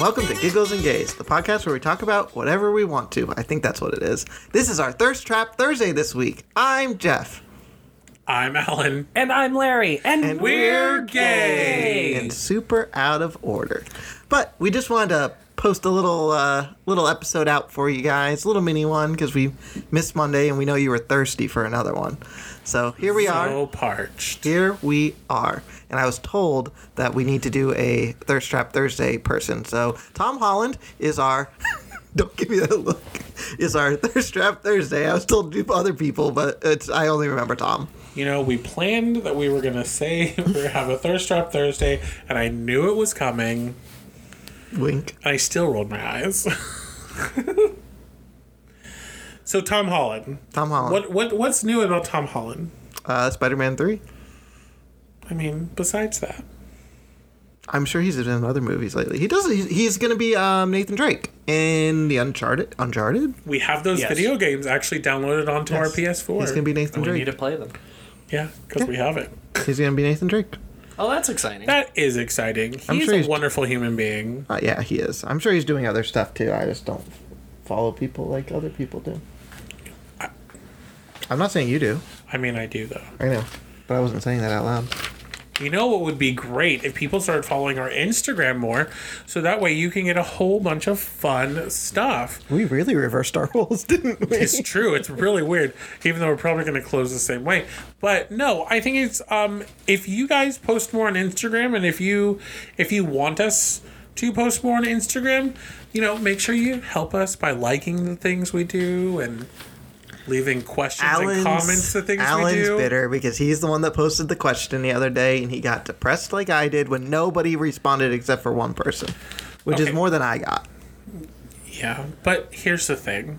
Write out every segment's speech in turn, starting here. welcome to Giggles and Gays, the podcast where we talk about whatever we want to. I think that's what it is. This is our Thirst Trap Thursday this week. I'm Jeff. I'm Alan. And I'm Larry, and, And We're gay. and super out of order. But we just wanted to post a little uh, little episode out for you guys, a little mini one because we missed Monday and we know you were thirsty for another one. So here we are. So parched. Here we are. And I was told that we need to do a Thirst Trap Thursday person. So Tom Holland is our. don't give me that look. Is our Thirst Trap Thursday. I was told to do other people, but it's I only remember Tom. You know, we planned that we were gonna say we are have a thirst trap Thursday, and I knew it was coming. Wink. And I still rolled my eyes. so Tom Holland. Tom Holland. What what what's new about Tom Holland? Uh, Spider Man 3. I mean, besides that. I'm sure he's been in other movies lately. He does. He's, he's going to be um, Nathan Drake in the Uncharted. Uncharted. We have those Yes. video games actually downloaded onto our PS4. He's going to be Nathan we need Drake. to play them. yeah, because we have it. He's going to be Nathan Drake. Oh, that's exciting. That is exciting. He's, I'm sure he's- a wonderful human being. Uh, yeah, he is. I'm sure he's doing other stuff too. I just don't follow people like other people do. I'm not saying you do. I mean, I do though. I know, but I wasn't saying that out loud. You know what would be great if people started following our Instagram more, so that way you can get a whole bunch of fun stuff. We really reversed our roles, didn't we? It's true. It's really weird, even though we're probably going to close the same way. But no, I think it's um if you guys post more on Instagram, and if you if you want us to post more on Instagram, you know, make sure you help us by liking the things we do and leaving questions and comments the things Alan's we do. bitter because he's the one that posted the question the other day, and he got depressed like I did when nobody responded except for one person, which is Okay. more than I got. Yeah, but here's the thing.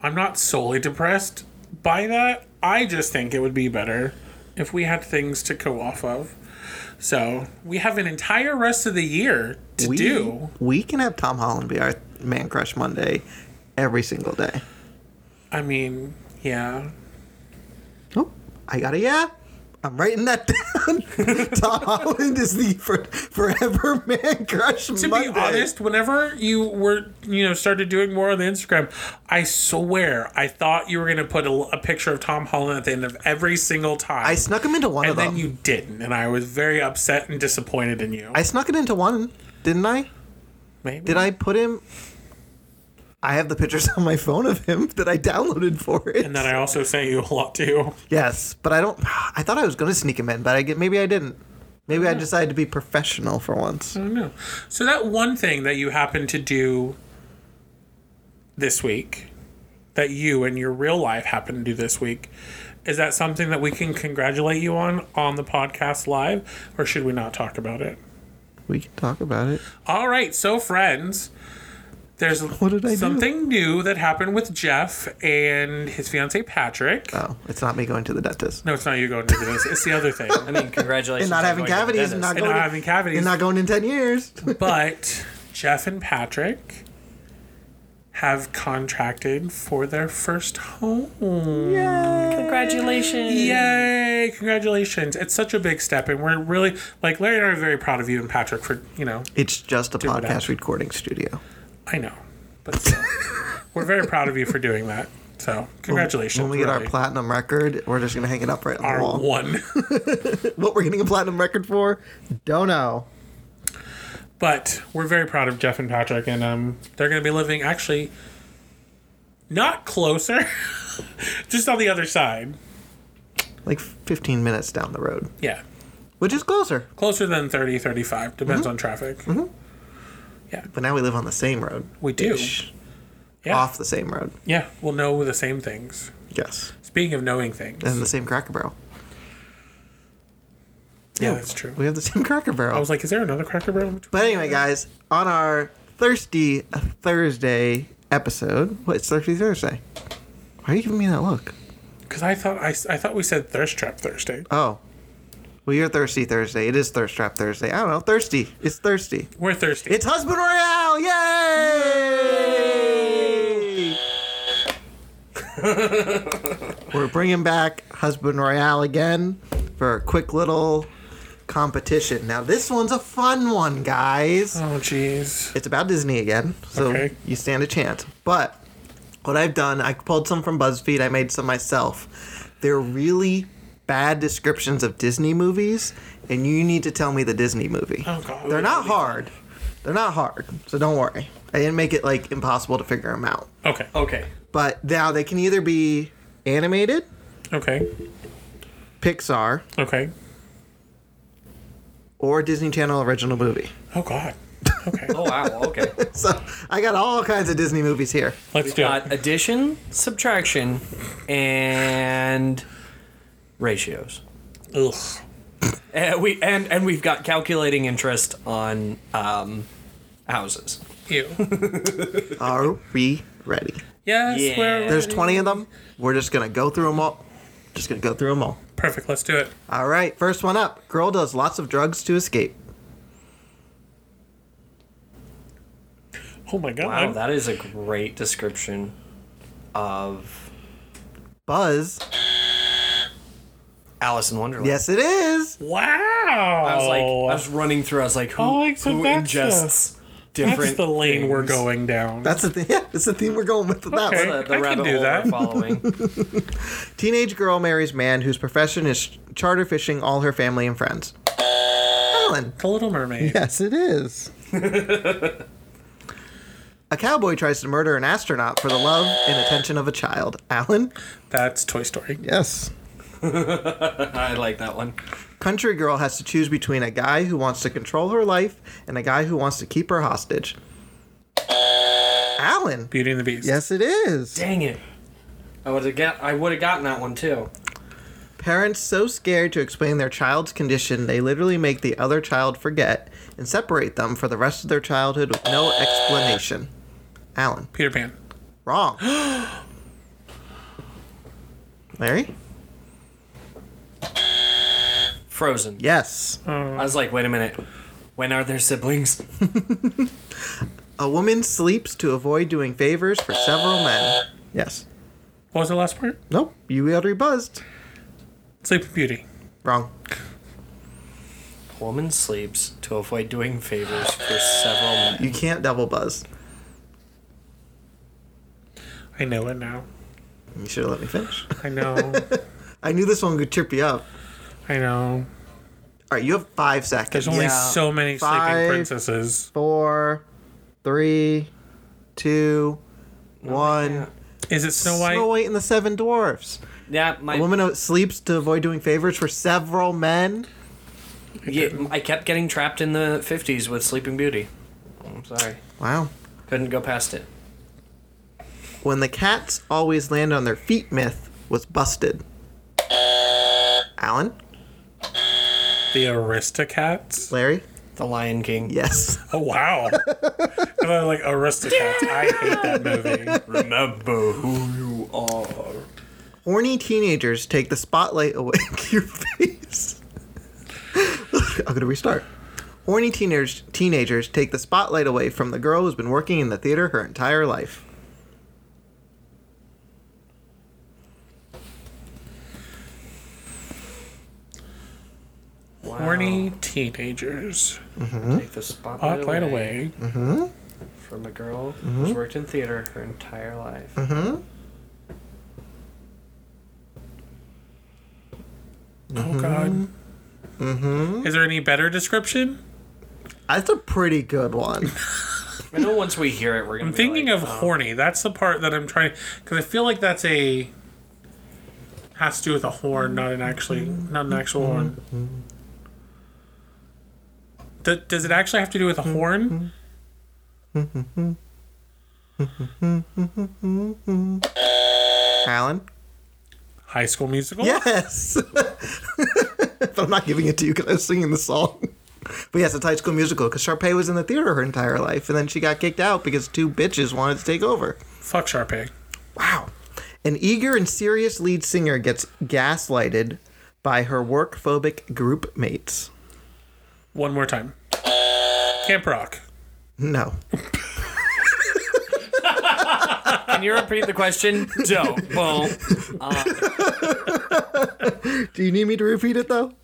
I'm not solely depressed by that. I just think it would be better if we had things to go off of. So we have an entire rest of the year to we do. we can have Tom Holland be our man crush Monday every single day. I mean, yeah. Oh, I got a yeah. I'm writing that down. Tom Holland is the for, forever man crush To Monday. be honest, whenever you were, you know, started doing more on the Instagram, I swear I thought you were going to put a, a picture of Tom Holland at the end of every single time. I snuck him into one and of then them. you didn't, and I was very upset and disappointed in you. I snuck it into one, didn't I? Maybe. Did I put him? I have the pictures on my phone of him that I downloaded for it. And then I also sent you a lot too. yes, but I don't. I thought I was going to sneak him in, but I get maybe I didn't. Maybe I Mm-hmm. decided to be professional for once. I know. So that one thing that you happened to do this week, that you in your real life happened to do this week, is that something that we can congratulate you on on the podcast live, or should we not talk about it? We can talk about it. All right, so friends, there's did I do? something new that happened with Jeff and his fiance Patrick. Oh, it's not me going to the dentist. no, it's not you going into this. It's the other thing. I mean, congratulations. And not on having going to the cavities and dentist. not And going not to- having cavities. You're not going in ten years. but Jeff and Patrick have contracted for their first home. Congratulations. Yay! Congratulations. It's such a big step, and we're really, like, Larry and I are very proud of you and Patrick for, you know, It's just a whatever. podcast recording studio. I know, but still, we're very proud of you for doing that. So, congratulations. When we get our really. platinum record, we're just gonna hang it up right on the Our wall. one. What we're getting a platinum record for? Don't know. but we're very proud of Jeff and Patrick, and um, they're going to be living actually not closer, just on the other side. Like 15 minutes down the road, Yeah. which is closer. closer than 30 35 depends Mm-hmm. on traffic But now we live on the same road. we do Ish. Yeah. Off the same road. yeah we'll know the same things Yes. speaking of knowing things And the same Cracker Barrel. yeah that's true We have the same Cracker Barrel. i was like is there another cracker barrel between- But anyway, guys, on our Thirsty uh, Thursday episode, what, it's Thirsty Thursday. Why are you giving me that look? because i thought I, I thought we said thirst trap thursday Oh. Well, you're Thirsty Thursday. It is Thirst Trap Thursday. I don't know. Thirsty. It's thirsty. we're thirsty It's Husband Royale! Yay! We're bringing back Husband Royale again for a quick little competition. Now, this one's a fun one, guys. Oh, jeez. It's about Disney again, so Okay. you stand a chance. But what I've done, I pulled some from BuzzFeed, I made some myself. They're really bad descriptions of Disney movies, and you need to tell me the Disney movie. Oh, God. They're not hard. They're not hard, so don't worry. I didn't make it like impossible to figure them out. Okay. Okay. But now they can either be animated, Okay. Pixar, Okay. or Disney Channel original movie. Oh, God. Okay. Oh wow. Okay. So I got all kinds of Disney movies here. Let's do it. Got addition, subtraction, and ratios. Ugh. And Uh, we and and we've got calculating interest on um, houses. Ew. Are we ready? Yes, Yeah. we're There's ready. 20 of them. We're just going to go through them all. Just going to go through them all. Perfect. Let's do it. All right, first one up. Girl does lots of drugs to escape. Oh, my God. Wow, that is a great description of Buzz. Alice in Wonderland. Yes, it is. wow. I was like, I was running through. Oh. I was like, who, Oh, like, so who that's ingests different? That's the lane we're things? going down. That's the thing. Yeah, that's the theme we're going with. with that Okay. one. The, the I can rabbit do hole that. we're following. Teenage girl marries man whose profession is charter fishing all her family and friends. Ellen. the Little Mermaid. Yes, it is. a cowboy tries to murder an astronaut for the love and attention of a child. Alan? That's Toy Story. Yes. I like that one. Country girl has to choose between a guy who wants to control her life and a guy who wants to keep her hostage. Alan? Beauty and the Beast. Yes, it is. Dang it! I would have got. I would have gotten that one too. Parents so scared to explain their child's condition, they literally make the other child forget and separate them for the rest of their childhood with no explanation. Alan, Peter Pan. wrong. Larry? Frozen. Yes. I was like, wait a minute. When are their siblings? A woman sleeps to avoid doing favors for several men. Yes. What was the last part? Nope. You already buzzed. Sleeping Beauty. Wrong. Woman sleeps to avoid doing favors for several men. You can't double buzz. I know it now. You should have let me finish. I know. I knew this one would trip you up. I know. All right, you have five There's seconds. only Yeah. so many Five. sleeping princesses. Four, three, two, one. Is it Snow White? Snow White and the Seven Dwarfs. Yeah, my A woman who sleeps to avoid doing favors for several men. Yeah, I kept getting trapped in the '50s with Sleeping Beauty. I'm sorry, Wow. couldn't go past it. When the cats always land on their feet myth was busted. Alan? The Aristocats. Larry? The Lion King. Yes. Oh wow! And I like Aristocats. I hate that movie. Remember who you are. Horny teenagers take the spotlight away from your face. I'm gonna restart. Horny teenagers teenagers take the spotlight away from the girl who's been working in the theater her entire life. Wow. Horny teenagers. Take the spotlight Hot light away, away. Oh, from a girl who's worked in theater her entire life. Oh god. Is there any better description? That's a pretty good one. I know once we hear it, we're gonna. I'm thinking of horny. horny. That's the part that I'm trying because I feel like that's a has to do with a horn, not an actually not an actual horn. Th- does it actually have to do with a horn? Alan? High School Musical. Yes. but I'm not giving it to you because I was singing the song. But yes, it's High School Musical because Sharpay was in the theater her entire life, and then she got kicked out because two bitches wanted to take over. Fuck Sharpay. Wow. An eager and serious lead singer gets gaslighted by her work phobic group mates. One more time. Camp Rock. No. Can you repeat the question? Don't. Well, Do you need me to repeat it though?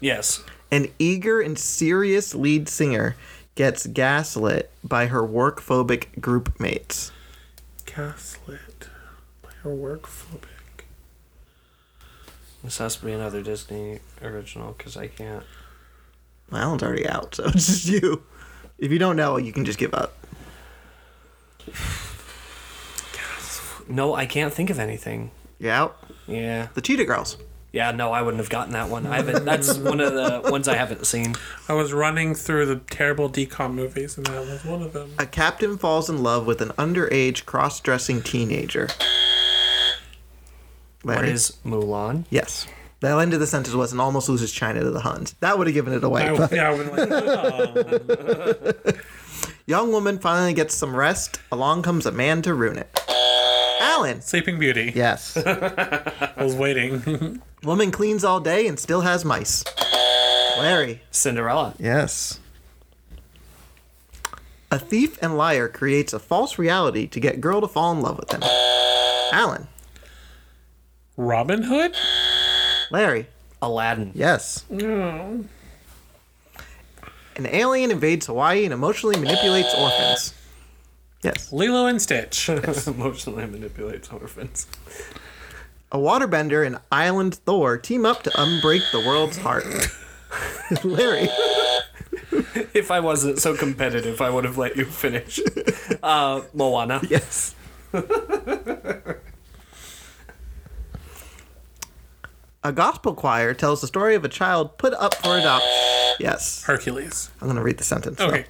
yes. An eager and serious lead singer gets gaslit by her work phobic group mates. Gaslit by her work phobic. This has to be another Disney original because I can't. My island's already out, so it's just you. If you don't know, you can just give up. No, I can't think of anything. You out? Yeah, The Cheetah Girls. yeah. No, I wouldn't have gotten that one. I haven't. That's one of the ones I haven't seen. I was running through the terrible decom movies, and that was one of them. A captain falls in love with an underage cross dressing teenager. What Larry? is Mulan? Yes. The end of the sentence was and almost loses China to the Huns. That would have given it away. I, but- yeah, I was like, Young woman finally gets some rest. Along comes a man to ruin it. Alan. Sleeping Beauty. Yes. I was waiting. Woman cleans all day and still has mice. Larry. Cinderella. Yes. A thief and liar creates a false reality to get girl to fall in love with him. Alan. Robin Hood? Larry. Aladdin. Yes. No. An alien invades Hawaii and emotionally manipulates orphans. Yes. Lilo and Stitch. Emotionally manipulates orphans. A waterbender and island Thor team up to unbreak the world's heart. Larry. If I wasn't so competitive, I would have let you finish. Uh, Moana. Yes. a gospel choir tells the story of a child put up for adoption. Yes. Hercules. I'm going to read the sentence. now. Okay.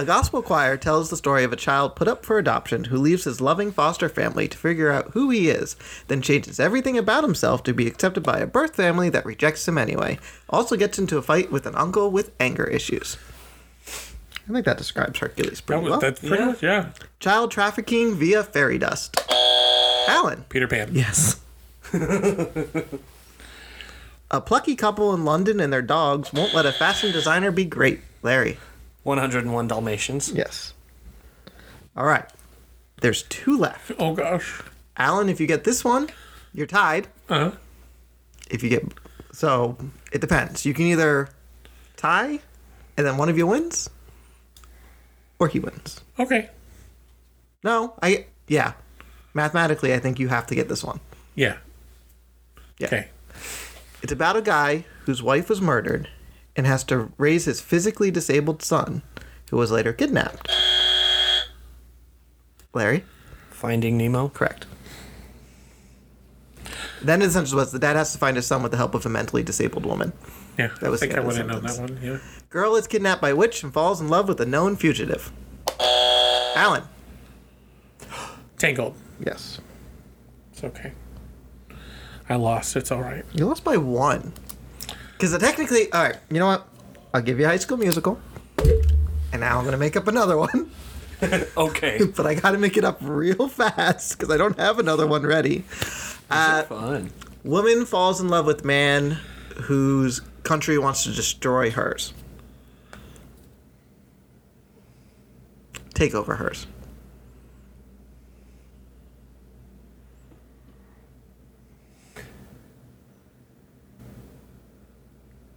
A gospel choir tells the story of a child put up for adoption who leaves his loving foster family to figure out who he is, then changes everything about himself to be accepted by a birth family that rejects him anyway. Also gets into a fight with an uncle with anger issues. I think that describes Hercules That pretty was, well. That's pretty Yeah. much, yeah. Child trafficking via fairy dust. Alan. Peter Pan. Yes. a plucky couple in London and their dogs won't let a fashion designer be great. Larry. 101 Dalmatians. Yes. All right. There's two left. Oh, gosh. Alan, if you get this one, you're tied. Uh-huh. If you get. So it depends. You can either tie and then one of you wins, or he wins. Okay. No, I. Yeah. Mathematically, I think you have to get this one. Yeah. Yeah. Okay. It's about a guy whose wife was murdered and has to raise his physically disabled son, who was later kidnapped. Larry? Finding Nemo. Correct. Then the sentence was the dad has to find his son with the help of a mentally disabled woman. Yeah. That was I think the I other would have known that sentence. one. Yeah. Girl is kidnapped by witch and falls in love with a known fugitive. Alan. Tangled. Yes. It's okay. I lost. It's all right. You lost by one. Because technically, all right, you know what? I'll give you High School Musical. And now I'm going to make up another one. Okay. but I got to make it up real fast because I don't have another one ready. Uh, Fun. Woman falls in love with man whose country wants to destroy hers. Take over hers.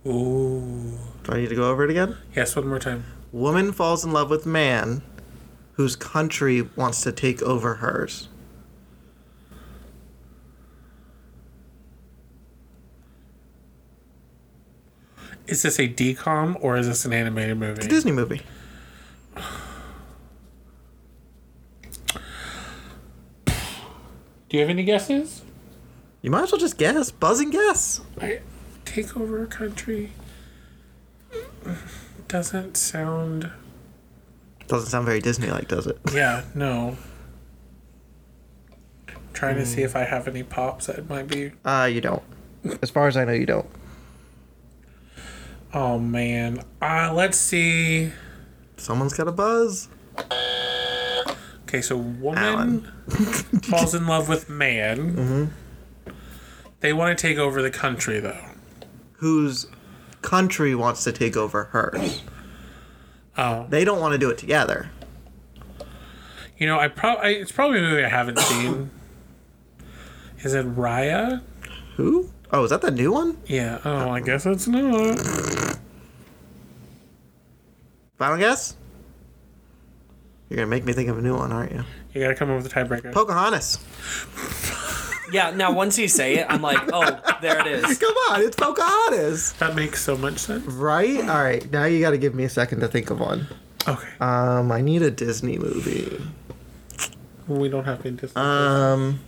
Ooh. Do I need to go over it again? Yes, one more time. Woman falls in love with man whose country wants to take over hers. Is this a decom or is this an animated movie? Disney movie. Do you have any guesses? You might as well just guess. Buzz and guess. I take over a country doesn't sound. Doesn't sound very Disney like, does it? Yeah, no. trying to see if I have any pops that might be. Uh, you don't. As far as I know, you don't. Oh man. Uh, let's see. Someone's got a buzz. Okay, so woman Alan. falls in love with man. They want to take over the country though. Whose country wants to take over hers. Oh, They don't want to do it together. you know, I probably it's probably a movie I haven't seen. Is it Raya? Who? Oh, is that the new one? Yeah. Oh, I guess it's not. Final guess? You're going to make me think of a new one, aren't you? You gotta come up with a tiebreaker. Pocahontas. Yeah. Now once you say it, I'm like, oh, there it is. Come on, it's Pocahontas. that makes so much sense. Right? All right, now you got to give me a second to think of one. Okay. Um, I need a Disney movie. we don't have any Disney. Um.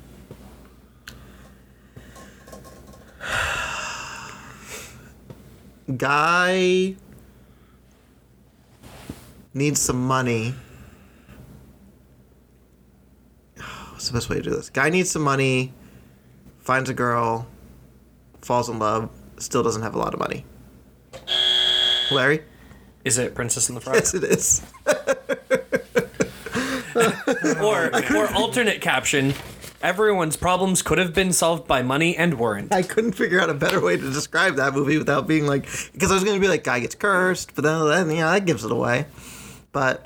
Guy needs some money. What's the best way to do this? Guy needs some money, finds a girl, falls in love, still doesn't have a lot of money. Larry? Is it Princess and the Frog? Yes, it is. Or or alternate caption. Everyone's problems could have been solved by money and warrant. I couldn't figure out a better way to describe that movie without being like, because I was going to be like, guy gets cursed, but then, then you know, that gives it away. But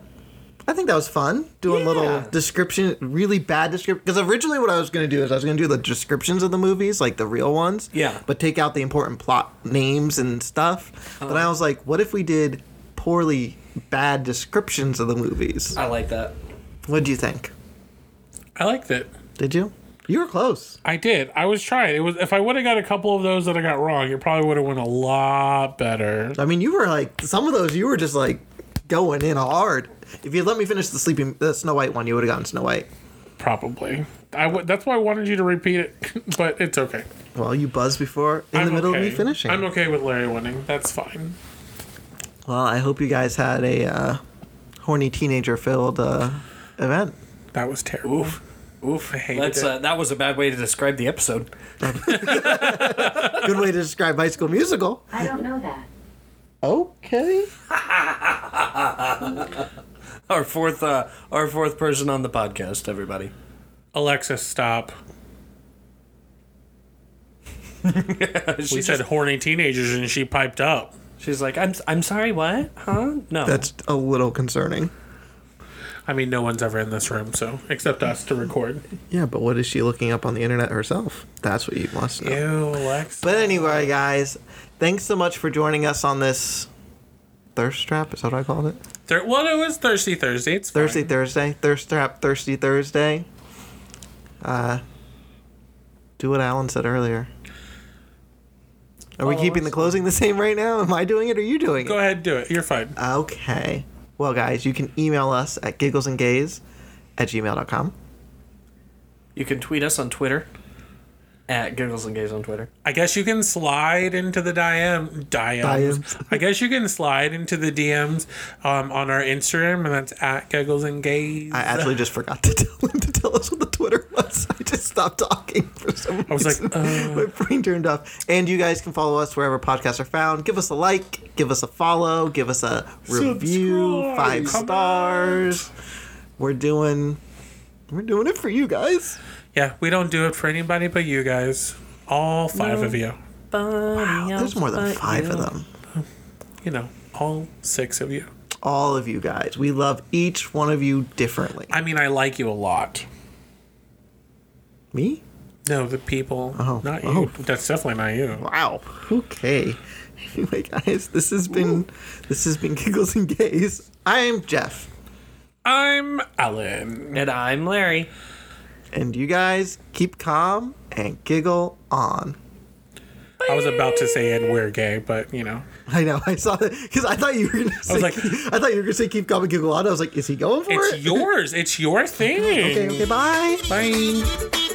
I think that was fun doing little Yeah. description, really bad description. Because originally, what I was going to do is I was going to do the descriptions of the movies, like the real ones. Yeah. But take out the important plot names and stuff. Uh-huh. But I was like, what if we did poorly bad descriptions of the movies? I like that. What do you think? I liked it. Did you? You were close. I did. I was trying. It was if I would have got a couple of those that I got wrong, it probably would have went a lot better. I mean, you were like some of those. You were just like going in hard. If you let me finish the sleeping the Snow White one, you would have gotten Snow White. Probably. I w- that's why I wanted you to repeat it, but it's okay. Well, you buzzed before in the middle of me finishing. I'm okay with Larry winning. That's fine. well, I hope you guys had a uh, horny teenager filled uh, event. That was terrible. Oof. Oof. I hated That's it. uh, that was a bad way to describe the episode. Good way to describe High School Musical. I don't know that. Okay. Our fourth uh, our fourth person on the podcast. Everybody. Alexa, stop. she We said horny teenagers, and she piped up. She's like, I'm I'm sorry, what? Huh? No. That's a little concerning. I mean, no one's ever in this room, so except us to record. Yeah, but what is she looking up on the internet herself? That's what you must know. Ew, Alexa. But anyway, guys, thanks so much for joining us on this thirst trap. Is that what I called it? Thir- well, it was Thirsty Thursday. It's fine. Thursday, Thursday, thirst trap, thirsty Thursday. Uh, do what Alan said earlier. Are we keeping the closing the same right now? Am I doing it? Or are you doing Oh, Go it? ahead, do it. You're fine. Okay. Well, guys, you can email us at gigglesandgaze at gmail.com. You can tweet us on Twitter at Giggles and Gaze on Twitter. I guess you can slide into the DM, DMs. DMs. I guess you can slide into the DMs um, on our Instagram, and that's at Giggles and Gaze. I I, actually just forgot to tell him to tell us what the Twitter was. I just stopped talking for some reason. was like, uh, my brain turned off. And you guys can follow us wherever podcasts are found. Give us a like, give us a follow, give us a review, Subscribe, five comment. stars. We're doing, we're doing it for you guys. yeah, we don't do it for anybody but you guys. All five of you. There's more than five of them. You know, all six of you. All of you guys. We love each one of you differently. I mean, I like you a lot. Me? No, the people. Oh, Not you. oh. That's definitely not you. Wow. Okay. Anyway, guys, this has been this has been giggles and gays. I am Jeff. I'm Alan. And I'm Larry. And you guys keep calm and giggle on. I was about to say, and we're gay, but you know. I know. I saw that because I thought you were going to say. I, like- thought you were going to say keep calm and giggle on. I was like, is he going for It's it? yours. It's your thing. Okay. Okay. Bye. Bye.